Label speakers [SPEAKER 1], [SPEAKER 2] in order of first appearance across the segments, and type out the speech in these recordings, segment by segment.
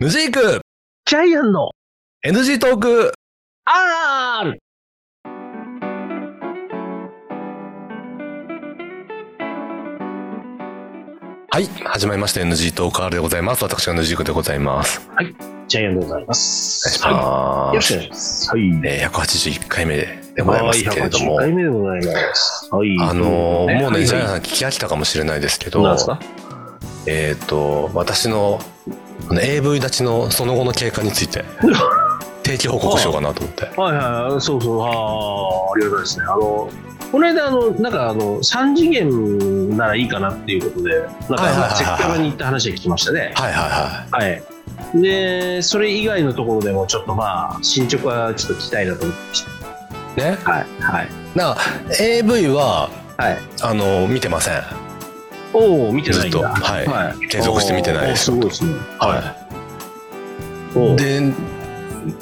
[SPEAKER 1] ヌジーク
[SPEAKER 2] ジャイアンの
[SPEAKER 1] NG トーク
[SPEAKER 2] R!
[SPEAKER 1] はい、始まりました NG トーク R でございます。私がヌジークでございます。
[SPEAKER 2] ジャイアンでございます。
[SPEAKER 1] お願いし
[SPEAKER 2] はいよ
[SPEAKER 1] ま
[SPEAKER 2] ろ
[SPEAKER 1] す
[SPEAKER 2] しくお願いします。はい。
[SPEAKER 1] えー181回目でございますけれども、
[SPEAKER 2] はい180回目でございます。はい。
[SPEAKER 1] あのーもうね、ジャイアンさ
[SPEAKER 2] ン
[SPEAKER 1] ん聞き飽きたかもしれないですけ
[SPEAKER 2] どう
[SPEAKER 1] ど、
[SPEAKER 2] なんですか
[SPEAKER 1] えっ、と、私のあの AV 立ちのその後の経過につい て、定期報告しようかなと思って。
[SPEAKER 2] はいはい、そうそう、ああ、ありがたいですね。あの、この間、あの、なんか、あの、三次元ならいいかなっていうことで、なん
[SPEAKER 1] はいはいはい
[SPEAKER 2] か、
[SPEAKER 1] はい
[SPEAKER 2] せっかくに行った話は聞きましたね。
[SPEAKER 1] はいはいは
[SPEAKER 2] はい。で、それ以外のところでも、ちょっとまあ、進捗はちょっと聞きたいなと思ってまし
[SPEAKER 1] い。ね。
[SPEAKER 2] た。はい、はい、
[SPEAKER 1] なんか AV は、
[SPEAKER 2] はい。
[SPEAKER 1] あの、見てません。
[SPEAKER 2] おお、見てないん
[SPEAKER 1] ずっと
[SPEAKER 2] だ。
[SPEAKER 1] はい継続して見てない
[SPEAKER 2] おーすごいですね。。
[SPEAKER 1] はい
[SPEAKER 2] おー
[SPEAKER 1] で、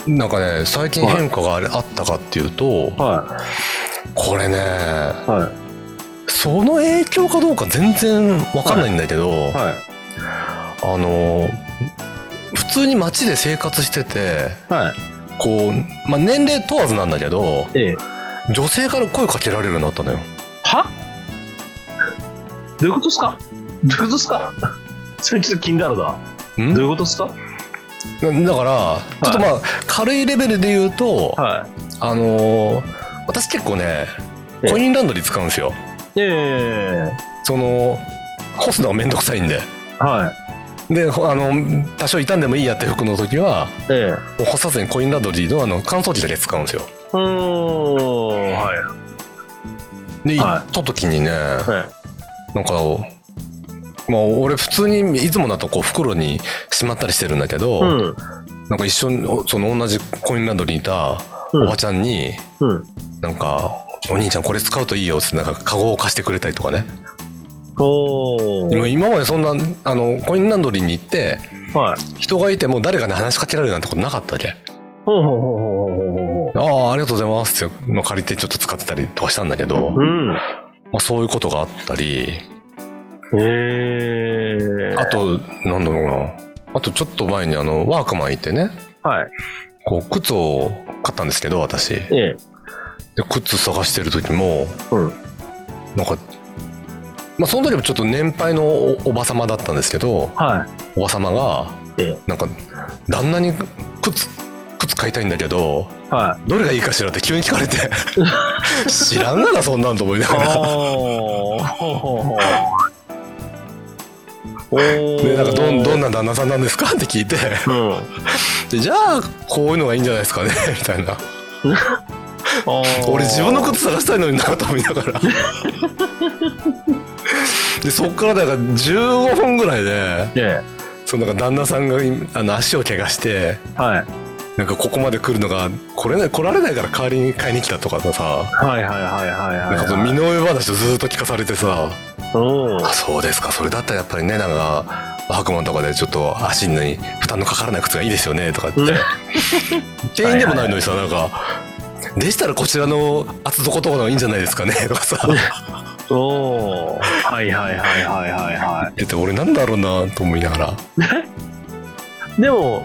[SPEAKER 1] なんかね、最近変化があれあったかっていうと、
[SPEAKER 2] は
[SPEAKER 1] これね、
[SPEAKER 2] い、はい、
[SPEAKER 1] その影響かどうか全然わかんないんだけど、
[SPEAKER 2] はい、
[SPEAKER 1] あの、普通に街で生活してて、
[SPEAKER 2] はい、
[SPEAKER 1] こう、まあ、年齢問わずなんだけど、
[SPEAKER 2] ええ。
[SPEAKER 1] 女性から声かけられるようになったのよ。
[SPEAKER 2] はどういうことですかどういうことですかそれちょっと気になるな。
[SPEAKER 1] ん
[SPEAKER 2] どう
[SPEAKER 1] だ
[SPEAKER 2] いうことですか
[SPEAKER 1] だから、ちょっとまあ、軽いレベルで言うと、
[SPEAKER 2] は
[SPEAKER 1] あのー私結構ね、
[SPEAKER 2] ええ
[SPEAKER 1] コインランドリー使うんですよ。
[SPEAKER 2] い。え
[SPEAKER 1] その、干すのがめんどくさいんで。
[SPEAKER 2] えはい。
[SPEAKER 1] で、ほあの、多少傷んでもいいやって服の時は、
[SPEAKER 2] ええ
[SPEAKER 1] もう干さずにコインランドリーのあの乾燥機だけ使うんですよ。
[SPEAKER 2] うーん。はい。
[SPEAKER 1] で、
[SPEAKER 2] は
[SPEAKER 1] 行
[SPEAKER 2] い
[SPEAKER 1] った時にね、
[SPEAKER 2] はい。
[SPEAKER 1] なんか、まあ、俺普通にいつもだとこう袋にしまったりしてるんだけど、
[SPEAKER 2] うん。
[SPEAKER 1] なんか一緒におその同じコインランドリーにいた
[SPEAKER 2] うん
[SPEAKER 1] おばちゃんに、
[SPEAKER 2] うん。
[SPEAKER 1] なんか「お兄ちゃんこれ使うといいよ」っつってなんかカゴを貸してくれたりとかね
[SPEAKER 2] お
[SPEAKER 1] で
[SPEAKER 2] ー
[SPEAKER 1] も今までそんなあのコインランドリーに行って
[SPEAKER 2] はい。
[SPEAKER 1] 人がいても誰かに話しかけられるなんてことなかったわけ
[SPEAKER 2] ほうほうほうほうほうほう
[SPEAKER 1] 「
[SPEAKER 2] ほ
[SPEAKER 1] ああありがとうございます」っていうのを借りてちょっと使ってたりとかしたんだけど、
[SPEAKER 2] う。う
[SPEAKER 1] ま
[SPEAKER 2] ん。
[SPEAKER 1] あ、そういうことがあったり
[SPEAKER 2] ええ
[SPEAKER 1] あとなんだろうなあとちょっと前にあのワークマン行ってね
[SPEAKER 2] はい。
[SPEAKER 1] こう靴を買ったんですけど私で
[SPEAKER 2] ええ
[SPEAKER 1] 靴探してる時も
[SPEAKER 2] うん。
[SPEAKER 1] なんかまあその時もちょっと年配のおおばさまだったんですけど
[SPEAKER 2] は
[SPEAKER 1] おばさまが
[SPEAKER 2] え
[SPEAKER 1] なんか旦那に靴靴買いたいんだけど
[SPEAKER 2] い。はい。
[SPEAKER 1] どれがいいかしらって急に聞かれ て知らんがなそんなんと思いながら
[SPEAKER 2] おーほうほうほう。お
[SPEAKER 1] で
[SPEAKER 2] ー
[SPEAKER 1] なんかどんどんな旦那さんなんですかって聞いて
[SPEAKER 2] うん。
[SPEAKER 1] でじゃあこういうのがいいんじゃないですかねみたいな俺自分の靴探したいのになと思いなが らでそっからだから15分ぐらいで
[SPEAKER 2] で、
[SPEAKER 1] そのなんか旦那さんがあの足を怪我して
[SPEAKER 2] はい、
[SPEAKER 1] なんかここまで来るのが来れない来られないから代わりに買いに来たとかさ
[SPEAKER 2] はいはいはいはいは
[SPEAKER 1] な
[SPEAKER 2] い
[SPEAKER 1] んかその身の上話をずっと聞かされてさ
[SPEAKER 2] うん
[SPEAKER 1] あそうですかそれだったらやっぱりねなんか白馬とかでちょっと足に負担のかからない靴がいいですよねとかって
[SPEAKER 2] ね
[SPEAKER 1] 店員でもないのにさなんかでしたらこちらの厚底とかの方がいいんじゃないですかねとかさ
[SPEAKER 2] おーはいはいはいはいはいは
[SPEAKER 1] 出て俺なんだろうなと思いながら
[SPEAKER 2] いでも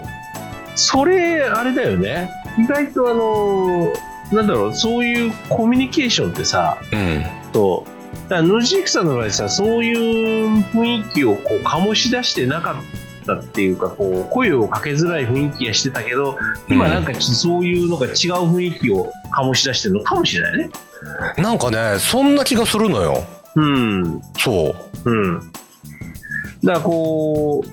[SPEAKER 2] それあれだよね意外とあのなんだろうそういうコミュニケーションってさ
[SPEAKER 1] うん
[SPEAKER 2] とだから野地さんの場合さそういう雰囲気をこう醸し出してなかったっていうかこう声をかけづらい雰囲気がしてたけど今なんかちょっとそういうのが違う雰囲気を醸し出してるのかもしれないね
[SPEAKER 1] なんかねそんな気がするのよ
[SPEAKER 2] うん
[SPEAKER 1] そう
[SPEAKER 2] うん。だからこう、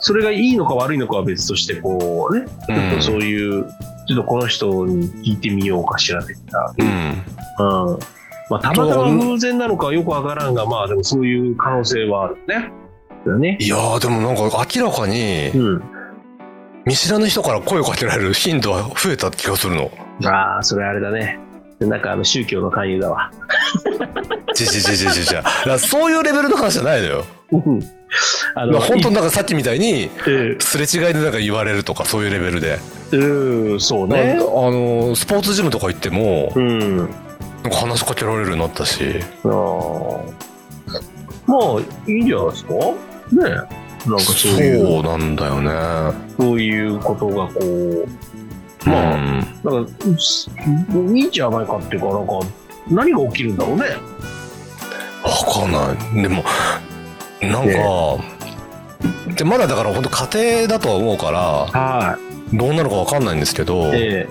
[SPEAKER 2] それがいいのか悪いのかは別として、こうね、ちょっとそういう、ちょっとこの人に聞いてみようかしら的な。
[SPEAKER 1] うん
[SPEAKER 2] うん。まあ、たまたま偶然なのかよくわからんが、まあでもそういう可能性はあるね。だね。
[SPEAKER 1] いやーでもなんか明らかに
[SPEAKER 2] うん。
[SPEAKER 1] 見知らぬ人から声をかけられる頻度は増えた気がするの
[SPEAKER 2] ああ、それあれだね。なんかあの宗教の勧誘だわ。
[SPEAKER 1] じじじじじじだからそういうレベルの話じゃないのよ
[SPEAKER 2] うんあ
[SPEAKER 1] まあ本当なんかさっきみたいに
[SPEAKER 2] うん
[SPEAKER 1] すれ違いでなんか言われるとかそういうレベルで、
[SPEAKER 2] うん、そ
[SPEAKER 1] な
[SPEAKER 2] う
[SPEAKER 1] ん
[SPEAKER 2] ね
[SPEAKER 1] か。あのースポーツジムとか行っても
[SPEAKER 2] うん。
[SPEAKER 1] なんか話しかけられるようになったし
[SPEAKER 2] ああまあ、いいんじゃないですかねえなんかそういう、
[SPEAKER 1] そうなんだよね
[SPEAKER 2] そういうことがこう、まあ、
[SPEAKER 1] あ
[SPEAKER 2] なんか、うんいいんじゃないかっていうか、なんか、何が起きるんだろうね。
[SPEAKER 1] 分かんないでもなんか、でまだだから本当家庭だとは思うから
[SPEAKER 2] は
[SPEAKER 1] どうなるか分かんないんですけど、
[SPEAKER 2] え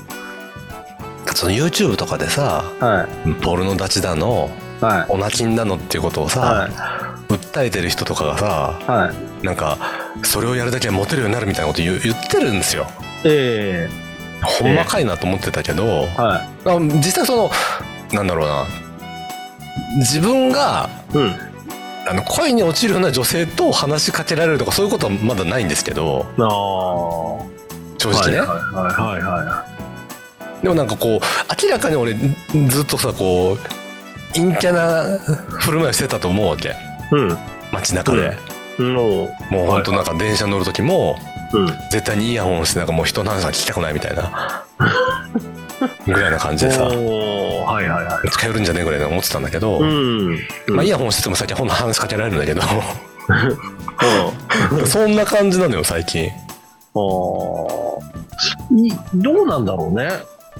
[SPEAKER 1] その YouTube とかでさ
[SPEAKER 2] えは
[SPEAKER 1] ポルノ立ちだの
[SPEAKER 2] い、は
[SPEAKER 1] オナチンだのっていうことを
[SPEAKER 2] い、
[SPEAKER 1] さ、
[SPEAKER 2] は
[SPEAKER 1] 訴えてる人とかがさ
[SPEAKER 2] い、はい。
[SPEAKER 1] なんかそれをやるだけはモテるようになるみたいなこと言う言ってるんですよ
[SPEAKER 2] え
[SPEAKER 1] ほんまかいなと思ってたけど、
[SPEAKER 2] えは
[SPEAKER 1] あ実際そのなんだろうな自分が
[SPEAKER 2] い。うん。
[SPEAKER 1] あの恋に落ちるような女性と話しかけられるとかそういうことはまだないんですけど
[SPEAKER 2] ああ。
[SPEAKER 1] 正直ね、
[SPEAKER 2] はいはいはいは
[SPEAKER 1] でもなんかこう明らかに俺ずっとさこう陰キャな振る舞いをしてたと思うわけ
[SPEAKER 2] い。うん。
[SPEAKER 1] 街中で、
[SPEAKER 2] の、
[SPEAKER 1] もうほんとなんか電車乗る時も
[SPEAKER 2] うん。
[SPEAKER 1] 絶対にイヤホンしてなんかもう人の話は聞きたくないみたいなぐらいな感じでさ
[SPEAKER 2] おーはいはいはい。
[SPEAKER 1] 近寄るんじゃねえぐらいな思ってたんだけど、
[SPEAKER 2] うん。
[SPEAKER 1] まあ、イ
[SPEAKER 2] や。
[SPEAKER 1] ヤホンしてても最近ほんの話しかけられるんだけどそんな感じなのよ最近
[SPEAKER 2] ああ。いどうなんだろうね。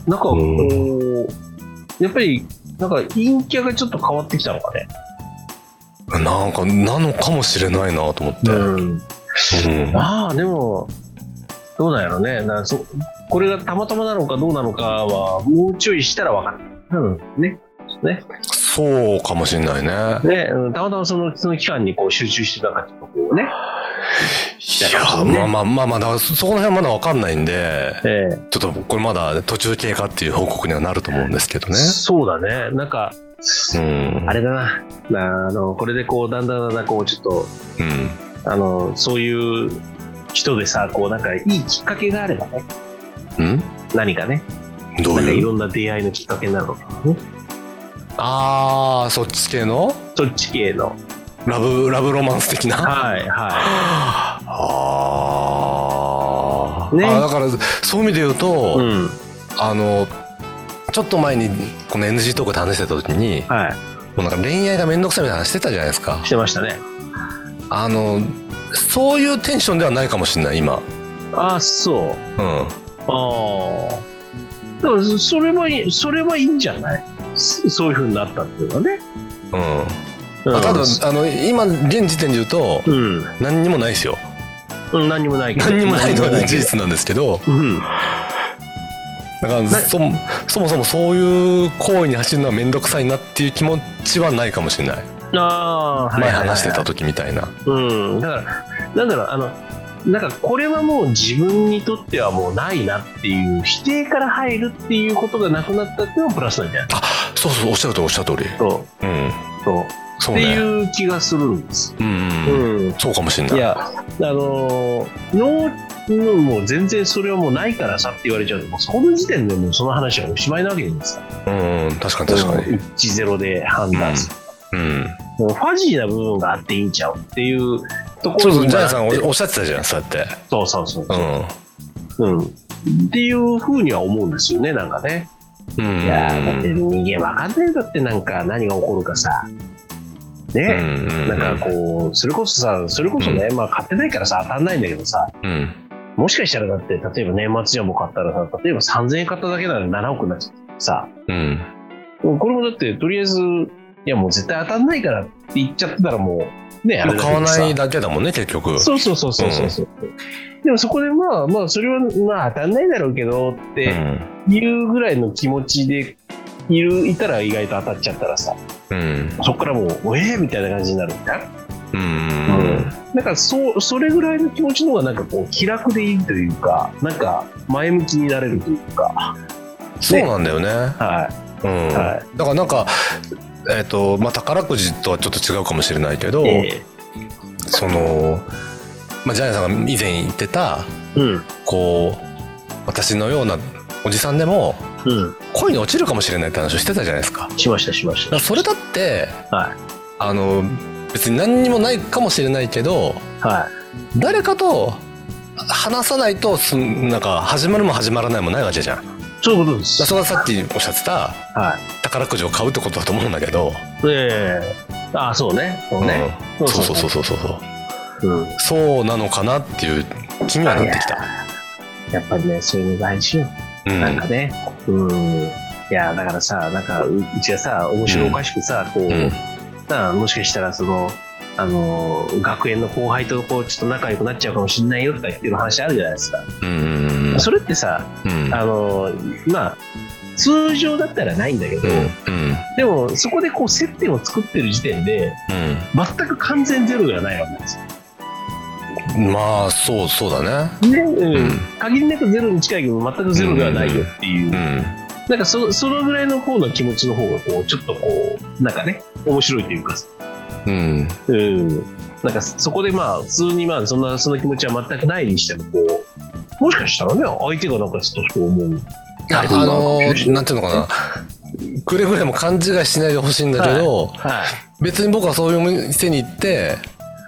[SPEAKER 2] なんかこう、やっぱり、なんか陰キャがちょっと変わってきたのかね。
[SPEAKER 1] なんかなのかもしれないなと思って、うん
[SPEAKER 2] ん。まあでも、どうなんやろうね。なそこれがたまたまなのかどうなのかは、もうちょいしたらわかる。うん。ね。ね。
[SPEAKER 1] そうかもしれないね
[SPEAKER 2] ね、うんたまたまそのその期間にこう集中してたからちょっとこうね、
[SPEAKER 1] いやまあまあまあまあだからそそこら辺はまだ分かんないんで
[SPEAKER 2] え
[SPEAKER 1] ちょっとこれまだ途中経過っていう報告にはなると思うんですけど
[SPEAKER 2] え
[SPEAKER 1] ね
[SPEAKER 2] そうだね、なんか、
[SPEAKER 1] うん
[SPEAKER 2] あれだな、なあのこれでこうだんだんだんだんこうちょっと
[SPEAKER 1] うん
[SPEAKER 2] あのそういう人でさ、こうなんかいいきっかけがあればね、
[SPEAKER 1] うん
[SPEAKER 2] 何かね、
[SPEAKER 1] どう
[SPEAKER 2] なんかい
[SPEAKER 1] いう
[SPEAKER 2] ろんな出会いのきっかけになるのかな、ね、
[SPEAKER 1] ああそっち系の
[SPEAKER 2] そっち系の、
[SPEAKER 1] ラブラブロマンス的な
[SPEAKER 2] はいは
[SPEAKER 1] あー、
[SPEAKER 2] ね
[SPEAKER 1] あだからそういう意味で言うと、
[SPEAKER 2] い、うん、
[SPEAKER 1] あのちょっと前にこの NG トークで話してた時に
[SPEAKER 2] はい、
[SPEAKER 1] もうなんか恋愛が面倒くさいみたいな話してたじゃないですか
[SPEAKER 2] してましたね。
[SPEAKER 1] あのそういうテンションではないかもしれない今
[SPEAKER 2] ああ、そう。
[SPEAKER 1] うん
[SPEAKER 2] ああ。だからそそれはいい、それはいいんじゃないそそういうふうになったっていうのはね。
[SPEAKER 1] うん、
[SPEAKER 2] うん
[SPEAKER 1] あただあの今現時点で言うと
[SPEAKER 2] うん。
[SPEAKER 1] 何にもないですよ
[SPEAKER 2] うん、何にもないけ ど。
[SPEAKER 1] 何にもないの
[SPEAKER 2] 何に
[SPEAKER 1] は
[SPEAKER 2] も
[SPEAKER 1] 事実なんですけど
[SPEAKER 2] うん。
[SPEAKER 1] だからそそもそもそういう行為に走るのは面倒くさいなっていう気持ちはないかもしれない
[SPEAKER 2] ああ、はいはい
[SPEAKER 1] 前
[SPEAKER 2] はい
[SPEAKER 1] 話してた。時みたいな
[SPEAKER 2] うん。だから、なんだろう、あの、なんかこれはもう自分にとってはもうないなっていう否定から入るっていうことがなくなったっていうのもプラスなんじゃない
[SPEAKER 1] そうそうおっしゃるとおっしゃる通り
[SPEAKER 2] そう
[SPEAKER 1] うん
[SPEAKER 2] そう
[SPEAKER 1] そう
[SPEAKER 2] って
[SPEAKER 1] ね
[SPEAKER 2] いう気がするんです。
[SPEAKER 1] うんうんうん
[SPEAKER 2] うん。
[SPEAKER 1] そうかもしれない
[SPEAKER 2] いや、あのー、ノー、もう全然それはもうないからさって言われちゃうと、もうその時点でもうその話はおしまいなわけじゃないですか。
[SPEAKER 1] うんうん確かに確かに
[SPEAKER 2] 1-0で判断する。
[SPEAKER 1] うん
[SPEAKER 2] もうファジーな部分があっていいんちゃうっていうとこ
[SPEAKER 1] そう
[SPEAKER 2] ろ
[SPEAKER 1] そう
[SPEAKER 2] に
[SPEAKER 1] ジャイアンさんお
[SPEAKER 2] そう
[SPEAKER 1] おっしゃってたじゃんそうやって
[SPEAKER 2] そうそう
[SPEAKER 1] う
[SPEAKER 2] そう。うん。っていうふうには思うんですよね、なんかね。
[SPEAKER 1] んうん
[SPEAKER 2] いやーだって人間わかんないよだってなんか何が起こるかさ。ね。なんかこう、それこそさ、それこそね、まあ買ってないからさ、当たんないんだけどさ、
[SPEAKER 1] うんうん
[SPEAKER 2] もしかしたらだって、例えば年末ジャンボ買ったらさ、例えば3000円買っただけなら7億になっちゃってさ、
[SPEAKER 1] うん
[SPEAKER 2] これもだって、とりあえず、いやもう絶対当たんないからって言っちゃってたらもう、ね、あれだけ
[SPEAKER 1] 買わ
[SPEAKER 2] どさ
[SPEAKER 1] ないだけだもんね結局
[SPEAKER 2] そうそうそうそうそうそう。でもそこでまあまあ、それはまあ当たんないだろうけどっ
[SPEAKER 1] う
[SPEAKER 2] て
[SPEAKER 1] ん
[SPEAKER 2] いうぐらいの気持ちでいる、いたら意外と当たっちゃったらさ、
[SPEAKER 1] うん
[SPEAKER 2] そこからもう、ええみたいな感じになるみたいな。
[SPEAKER 1] うんうん
[SPEAKER 2] なんかそう、それぐらいの気持ちの方がなんかこう、気楽でいいというか、なんか前向きになれるというか、
[SPEAKER 1] そうなんだよね
[SPEAKER 2] はい。
[SPEAKER 1] うん
[SPEAKER 2] は
[SPEAKER 1] だからなんかえっとまあ宝くじとはちょっと違うかもしれないけど
[SPEAKER 2] え
[SPEAKER 1] そのまあジャイアンさんが以前言ってた
[SPEAKER 2] えうん。
[SPEAKER 1] こう私のようなおじさんでも
[SPEAKER 2] うん。
[SPEAKER 1] 恋に落ちるかもしれないって話をしてたじゃないですかだか
[SPEAKER 2] しました、しまし
[SPEAKER 1] らそれだって
[SPEAKER 2] た。はい。
[SPEAKER 1] あの別に何にもないかもしれないけど
[SPEAKER 2] は
[SPEAKER 1] 誰かと話さないとすんなんか始まるも始まらないもないわけじゃんだか
[SPEAKER 2] い。そういうことで
[SPEAKER 1] ら
[SPEAKER 2] す。
[SPEAKER 1] それはさっきおっしゃってた
[SPEAKER 2] はい。
[SPEAKER 1] 宝くじを買うってことだと思うんだけど、
[SPEAKER 2] ええああ、そうね。そうね。
[SPEAKER 1] うんそうそうそうそうそう
[SPEAKER 2] うん。
[SPEAKER 1] そうなのかなっていう気にはなってきた。
[SPEAKER 2] やっぱりね、そういうの大事よ。
[SPEAKER 1] うん
[SPEAKER 2] なんかね。うん。いや、だからさ、なんか、ううちがさ、面白おかしくさ、こう、
[SPEAKER 1] うん
[SPEAKER 2] さもしかしたら、その、あの、学園の後輩とこう、ちょっと仲良くなっちゃうかもしれないよとか言ってる話あるじゃないですか。
[SPEAKER 1] うんうん
[SPEAKER 2] それってさ、
[SPEAKER 1] うん
[SPEAKER 2] あの、まあ、通常だったらないんだけど、
[SPEAKER 1] うん
[SPEAKER 2] でも、そこでこう、接点を作ってる時点で、全く完全ゼロではないわけですよ。
[SPEAKER 1] うんまあそうそうだね
[SPEAKER 2] ね、うん。
[SPEAKER 1] うん
[SPEAKER 2] 限りなくゼロに近いけど、全くゼロではないよっていう。
[SPEAKER 1] うん
[SPEAKER 2] なんかそそのぐらいの方の気持ちの方がこうちょっとこうなんかね面白いというか、
[SPEAKER 1] うん
[SPEAKER 2] うん、なんかそこでまあ普通にまあそんなその気持ちは全くないにしてもこうもしかしたらね相手がなんかちょっとそう思う
[SPEAKER 1] あのーなんていうのかなくれぐれも勘違いしないでほしいんだけど、
[SPEAKER 2] はい
[SPEAKER 1] 別に僕はそういう店に行って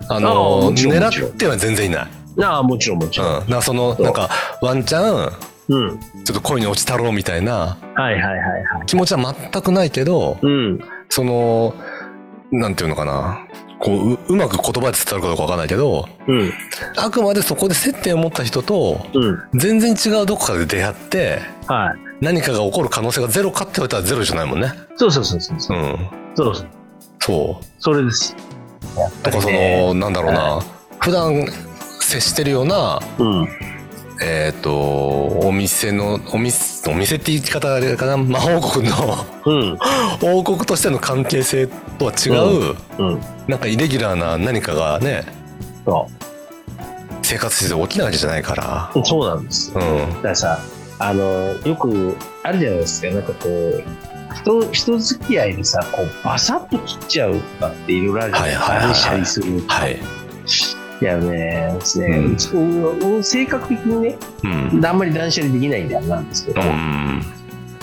[SPEAKER 1] あ
[SPEAKER 2] ああ
[SPEAKER 1] の
[SPEAKER 2] もちろんもち
[SPEAKER 1] 狙
[SPEAKER 2] ろん
[SPEAKER 1] っては全然いない、
[SPEAKER 2] ああもちろんもち
[SPEAKER 1] うん、
[SPEAKER 2] ろん、
[SPEAKER 1] だからその
[SPEAKER 2] そう
[SPEAKER 1] なんかワンチャン
[SPEAKER 2] うん
[SPEAKER 1] ちょっと恋に落ちたろうみたいな
[SPEAKER 2] はいはいはいはい
[SPEAKER 1] 気持ちは全くないけど
[SPEAKER 2] うん
[SPEAKER 1] そのなんていうのかなこうううまく言葉で伝わるかどうかわかんないけど
[SPEAKER 2] うん
[SPEAKER 1] あくまでそこで接点を持った人と
[SPEAKER 2] うん
[SPEAKER 1] 全然違うどこかで出会って
[SPEAKER 2] はい
[SPEAKER 1] 何かが起こる可能性がゼロかって言われたらゼロじゃないもんね。。
[SPEAKER 2] そうそうそうそうそううんそうそう
[SPEAKER 1] そ
[SPEAKER 2] それですやっ
[SPEAKER 1] う。とかその、なんだろうな、普段接してるような、
[SPEAKER 2] うん
[SPEAKER 1] えっ、と、お店の、お店、お店って言い方あれかな、魔法国の
[SPEAKER 2] うん
[SPEAKER 1] 王国としての関係性とは違う、
[SPEAKER 2] うん
[SPEAKER 1] なんかイレギュラーな何かがね、
[SPEAKER 2] そ
[SPEAKER 1] 生活してて起きないわけじゃないか
[SPEAKER 2] うそうなんです
[SPEAKER 1] ら。うん。
[SPEAKER 2] だからさあのよくあるじゃないですかなんかこう人人付き合いでさこうバサッと切っちゃうとかっていろいろあるじゃないですか
[SPEAKER 1] はいはいはいはい
[SPEAKER 2] 話したりする
[SPEAKER 1] はい。
[SPEAKER 2] いやねですね、
[SPEAKER 1] うん
[SPEAKER 2] うちうん性格的にね
[SPEAKER 1] うん。
[SPEAKER 2] あんまり断捨離できないんであれなんですけ
[SPEAKER 1] う
[SPEAKER 2] ど、
[SPEAKER 1] ん。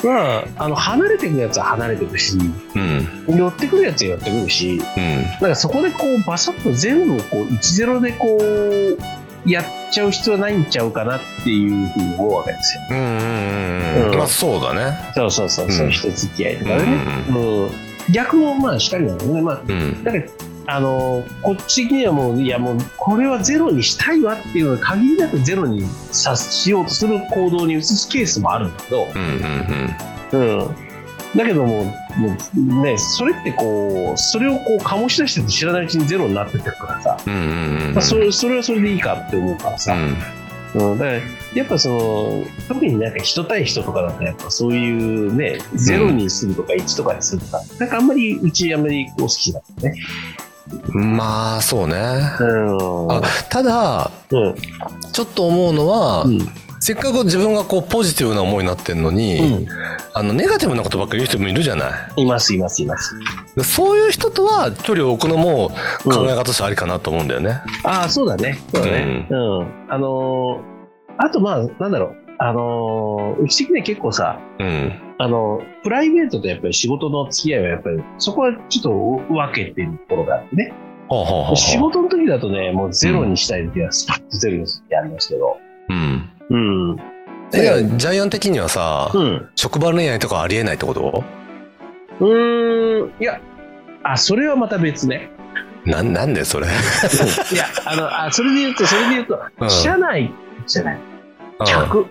[SPEAKER 2] まああの離れてくやつは離れてくし
[SPEAKER 1] うん。
[SPEAKER 2] 寄ってくるやつは寄ってくるし
[SPEAKER 1] うん。
[SPEAKER 2] なんかそこでこうバサッと全部こう1-0でこうやっちゃう必要はないんちゃうかなっていうふうに思うわけですよ。
[SPEAKER 1] うんうんうんう。
[SPEAKER 2] うんん
[SPEAKER 1] まあそうだね。
[SPEAKER 2] そうそうそう、そう
[SPEAKER 1] うん
[SPEAKER 2] 人付き合いとかね、もう逆もまあしたりなのね、まあ、
[SPEAKER 1] うん。うん。
[SPEAKER 2] だからあのーこっち的にはもういやもうこれはゼロにしたいわっていうのは限りなくゼロにさしようとする行動に移すケースもあるんだけど、
[SPEAKER 1] うんうん
[SPEAKER 2] うん、だけどももうねそれってこうそれをこう醸し出してて知らないうちにゼロになってってるからさ、
[SPEAKER 1] うん。うんうんうん。
[SPEAKER 2] まあ、それそれはそれでいいかって思うから
[SPEAKER 1] う
[SPEAKER 2] さ、
[SPEAKER 1] ん。
[SPEAKER 2] うん、だからやっぱその特になんか人対人とかだとやっぱそういうねゼロにするとか1とかにするとか、なんかあんまりうちあんまりこう好きだったね。
[SPEAKER 1] まあそうね、
[SPEAKER 2] うん
[SPEAKER 1] あただ
[SPEAKER 2] うん
[SPEAKER 1] ちょっと思うのは、
[SPEAKER 2] うん
[SPEAKER 1] せっかく自分がこうポジティブな思いになってんのに、
[SPEAKER 2] うん
[SPEAKER 1] あのネガティブなことばっかり言う人もいるじゃない
[SPEAKER 2] いますいますいます。
[SPEAKER 1] でそういう人とは距離を置くのも
[SPEAKER 2] う
[SPEAKER 1] 考え
[SPEAKER 2] ん、
[SPEAKER 1] 方としてありかなと思うんだよね、
[SPEAKER 2] ああそうだねそうだね。うん、あのーあとまあなんだろうあのーうち的には結構さ
[SPEAKER 1] うん
[SPEAKER 2] あのプライベートとやっぱり仕事の付き合いはやっぱりそこはちょっと分けてるところがあってね
[SPEAKER 1] ほうほうほう
[SPEAKER 2] 仕事の時だとねもうゼロにしたい時はスパッとゼロにやりますけど、
[SPEAKER 1] うん
[SPEAKER 2] うん。
[SPEAKER 1] えいやジャイアン的にはさ、
[SPEAKER 2] うん。
[SPEAKER 1] 職場恋愛とかありえないってこと
[SPEAKER 2] うーん。いや、あ、それはまた別ね。
[SPEAKER 1] なんなんでそれ、
[SPEAKER 2] いや、あの、あ、それで言うと、それで言うと、
[SPEAKER 1] うん
[SPEAKER 2] 社内じゃない、
[SPEAKER 1] うん
[SPEAKER 2] 客。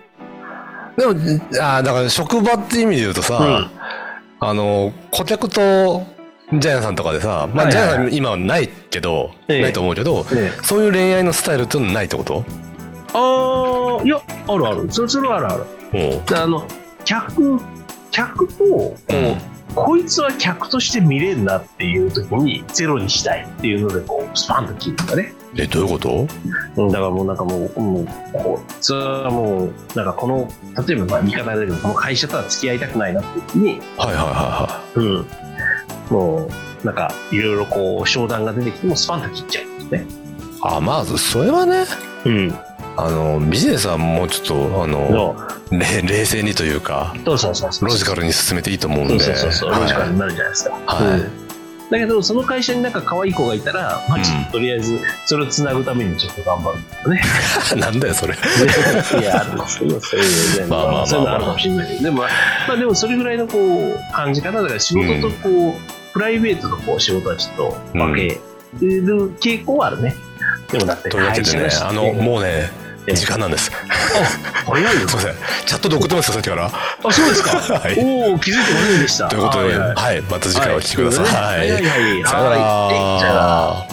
[SPEAKER 1] でもあーだから職場って意味で言うとさ、
[SPEAKER 2] うん
[SPEAKER 1] あの顧客とジャイアンさんとかでさ、まあ、
[SPEAKER 2] はい
[SPEAKER 1] ジ
[SPEAKER 2] は
[SPEAKER 1] ャ
[SPEAKER 2] い
[SPEAKER 1] イア
[SPEAKER 2] はい
[SPEAKER 1] ンさん今はないけど、
[SPEAKER 2] ええ
[SPEAKER 1] ないと思うけど
[SPEAKER 2] ね、
[SPEAKER 1] そういう恋愛のスタイルっていうのはないってこと
[SPEAKER 2] ああ、いや、あるある。それそれはあるある。
[SPEAKER 1] おう
[SPEAKER 2] あの、客、客と、こう
[SPEAKER 1] うん
[SPEAKER 2] こいつは客として見れんなっていう時にゼロにしたいっていうのでこうスパンと切るとかね、
[SPEAKER 1] えどういうこと
[SPEAKER 2] うん、だからもうなんかもうもうこいつはもうなんかこの例えばまあ言い方だけどこの会社とは付き合いたくないなって時に
[SPEAKER 1] はいはいは
[SPEAKER 2] うん、もうなんかいろいろこう商談が出てきてもスパンと切っちゃうんですね。
[SPEAKER 1] いはいあまあそれはね
[SPEAKER 2] うん、
[SPEAKER 1] あのビジネスはもうちょっとあの
[SPEAKER 2] の
[SPEAKER 1] れ冷静にというか
[SPEAKER 2] そうそうそうそう
[SPEAKER 1] ロジカルに進めていいと思うん
[SPEAKER 2] そ
[SPEAKER 1] で
[SPEAKER 2] うそうそうそう、
[SPEAKER 1] はい
[SPEAKER 2] ロジカルになるじゃないですか。
[SPEAKER 1] はい
[SPEAKER 2] うんだけどその会社になんか可愛い子がいたら、まあ、ちょっととりあえずそれをつなぐためにちょっと頑張るとかね。
[SPEAKER 1] なんだよそれ
[SPEAKER 2] いやあるんですけどそういうのね
[SPEAKER 1] まあまあまあまあ
[SPEAKER 2] そういうのあるかもしれないけどでも、まあ、でもそれぐらいのこう感じ方だから仕事とこう、プライベートとこう仕事はちょっと分ける傾向はあるね。でもだって
[SPEAKER 1] というわけでね、あの、もうね、
[SPEAKER 2] ええ
[SPEAKER 1] 時間なんです。
[SPEAKER 2] 早 いよ
[SPEAKER 1] すいません。チャットで送ってますよ、さっきから。
[SPEAKER 2] あそうですか、
[SPEAKER 1] はい
[SPEAKER 2] おお気づいてませんでした
[SPEAKER 1] ということで、はい、また次回お聞きください。
[SPEAKER 2] はいは
[SPEAKER 1] さ
[SPEAKER 2] いはいはい
[SPEAKER 1] よな
[SPEAKER 2] はいはいじゃあ
[SPEAKER 1] ら。